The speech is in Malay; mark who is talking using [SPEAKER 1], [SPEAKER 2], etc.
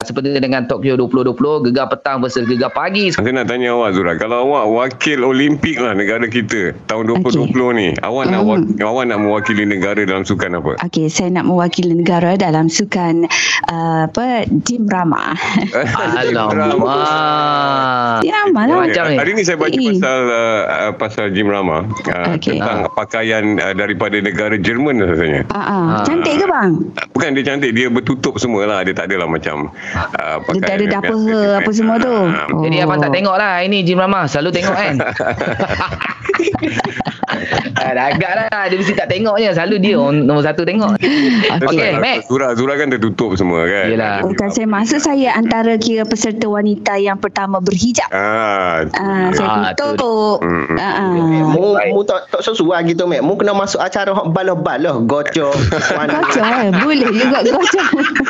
[SPEAKER 1] sempena dengan Tokyo 2020 gegar petang versus gegar pagi.
[SPEAKER 2] Saya nak tanya awak Zura, kalau awak wakil Olimpik lah negara kita tahun 2020 okay. ni, awak
[SPEAKER 3] Hmm.
[SPEAKER 2] nak wak- awak nak mewakili negara dalam sukan apa?
[SPEAKER 3] Okey, saya nak mewakili negara dalam sukan uh, apa Dim Rama.
[SPEAKER 1] Alamak.
[SPEAKER 3] Ya, malah.
[SPEAKER 1] Macam ni.
[SPEAKER 2] Hari ni saya baca
[SPEAKER 3] Eh.
[SPEAKER 2] pasal uh, uh, pasal Jim Rama uh,
[SPEAKER 3] Okey.
[SPEAKER 2] tentang pakaian uh, daripada negara Jerman lah rasanya.
[SPEAKER 3] Ah, ah. Cantik ke bang?
[SPEAKER 2] Bukan dia cantik, dia bertutup semua lah. Dia tak adalah macam uh,
[SPEAKER 3] Negara
[SPEAKER 2] yang-
[SPEAKER 3] dah apa
[SPEAKER 2] yang-
[SPEAKER 3] apa semua tu. Oh.
[SPEAKER 2] Ah,
[SPEAKER 1] Jadi abang tak tengok lah Ini Jim Rama Selalu tengok kan Ah, dah agak lah Dia mesti tak tengok je Selalu dia orang Nombor satu tengok
[SPEAKER 2] Terus
[SPEAKER 1] Okey,
[SPEAKER 2] lah,
[SPEAKER 1] Mac.
[SPEAKER 2] Zura, Zura kan tertutup semua kan.
[SPEAKER 1] Yelah.
[SPEAKER 2] Jadi,
[SPEAKER 3] Bukan saya maksud saya antara kira peserta wanita yang pertama berhijab.
[SPEAKER 2] Ah, tu
[SPEAKER 1] Ah,
[SPEAKER 2] dia.
[SPEAKER 3] Ah, saya
[SPEAKER 1] tu
[SPEAKER 3] tutup.
[SPEAKER 2] Hmm, hmm.
[SPEAKER 3] Ah, ah.
[SPEAKER 4] Mu, mu tak, tak sesuai gitu, Mek. Mu kena masuk acara hok balah-balah. Gocok.
[SPEAKER 3] Kocok eh. Boleh juga kocok.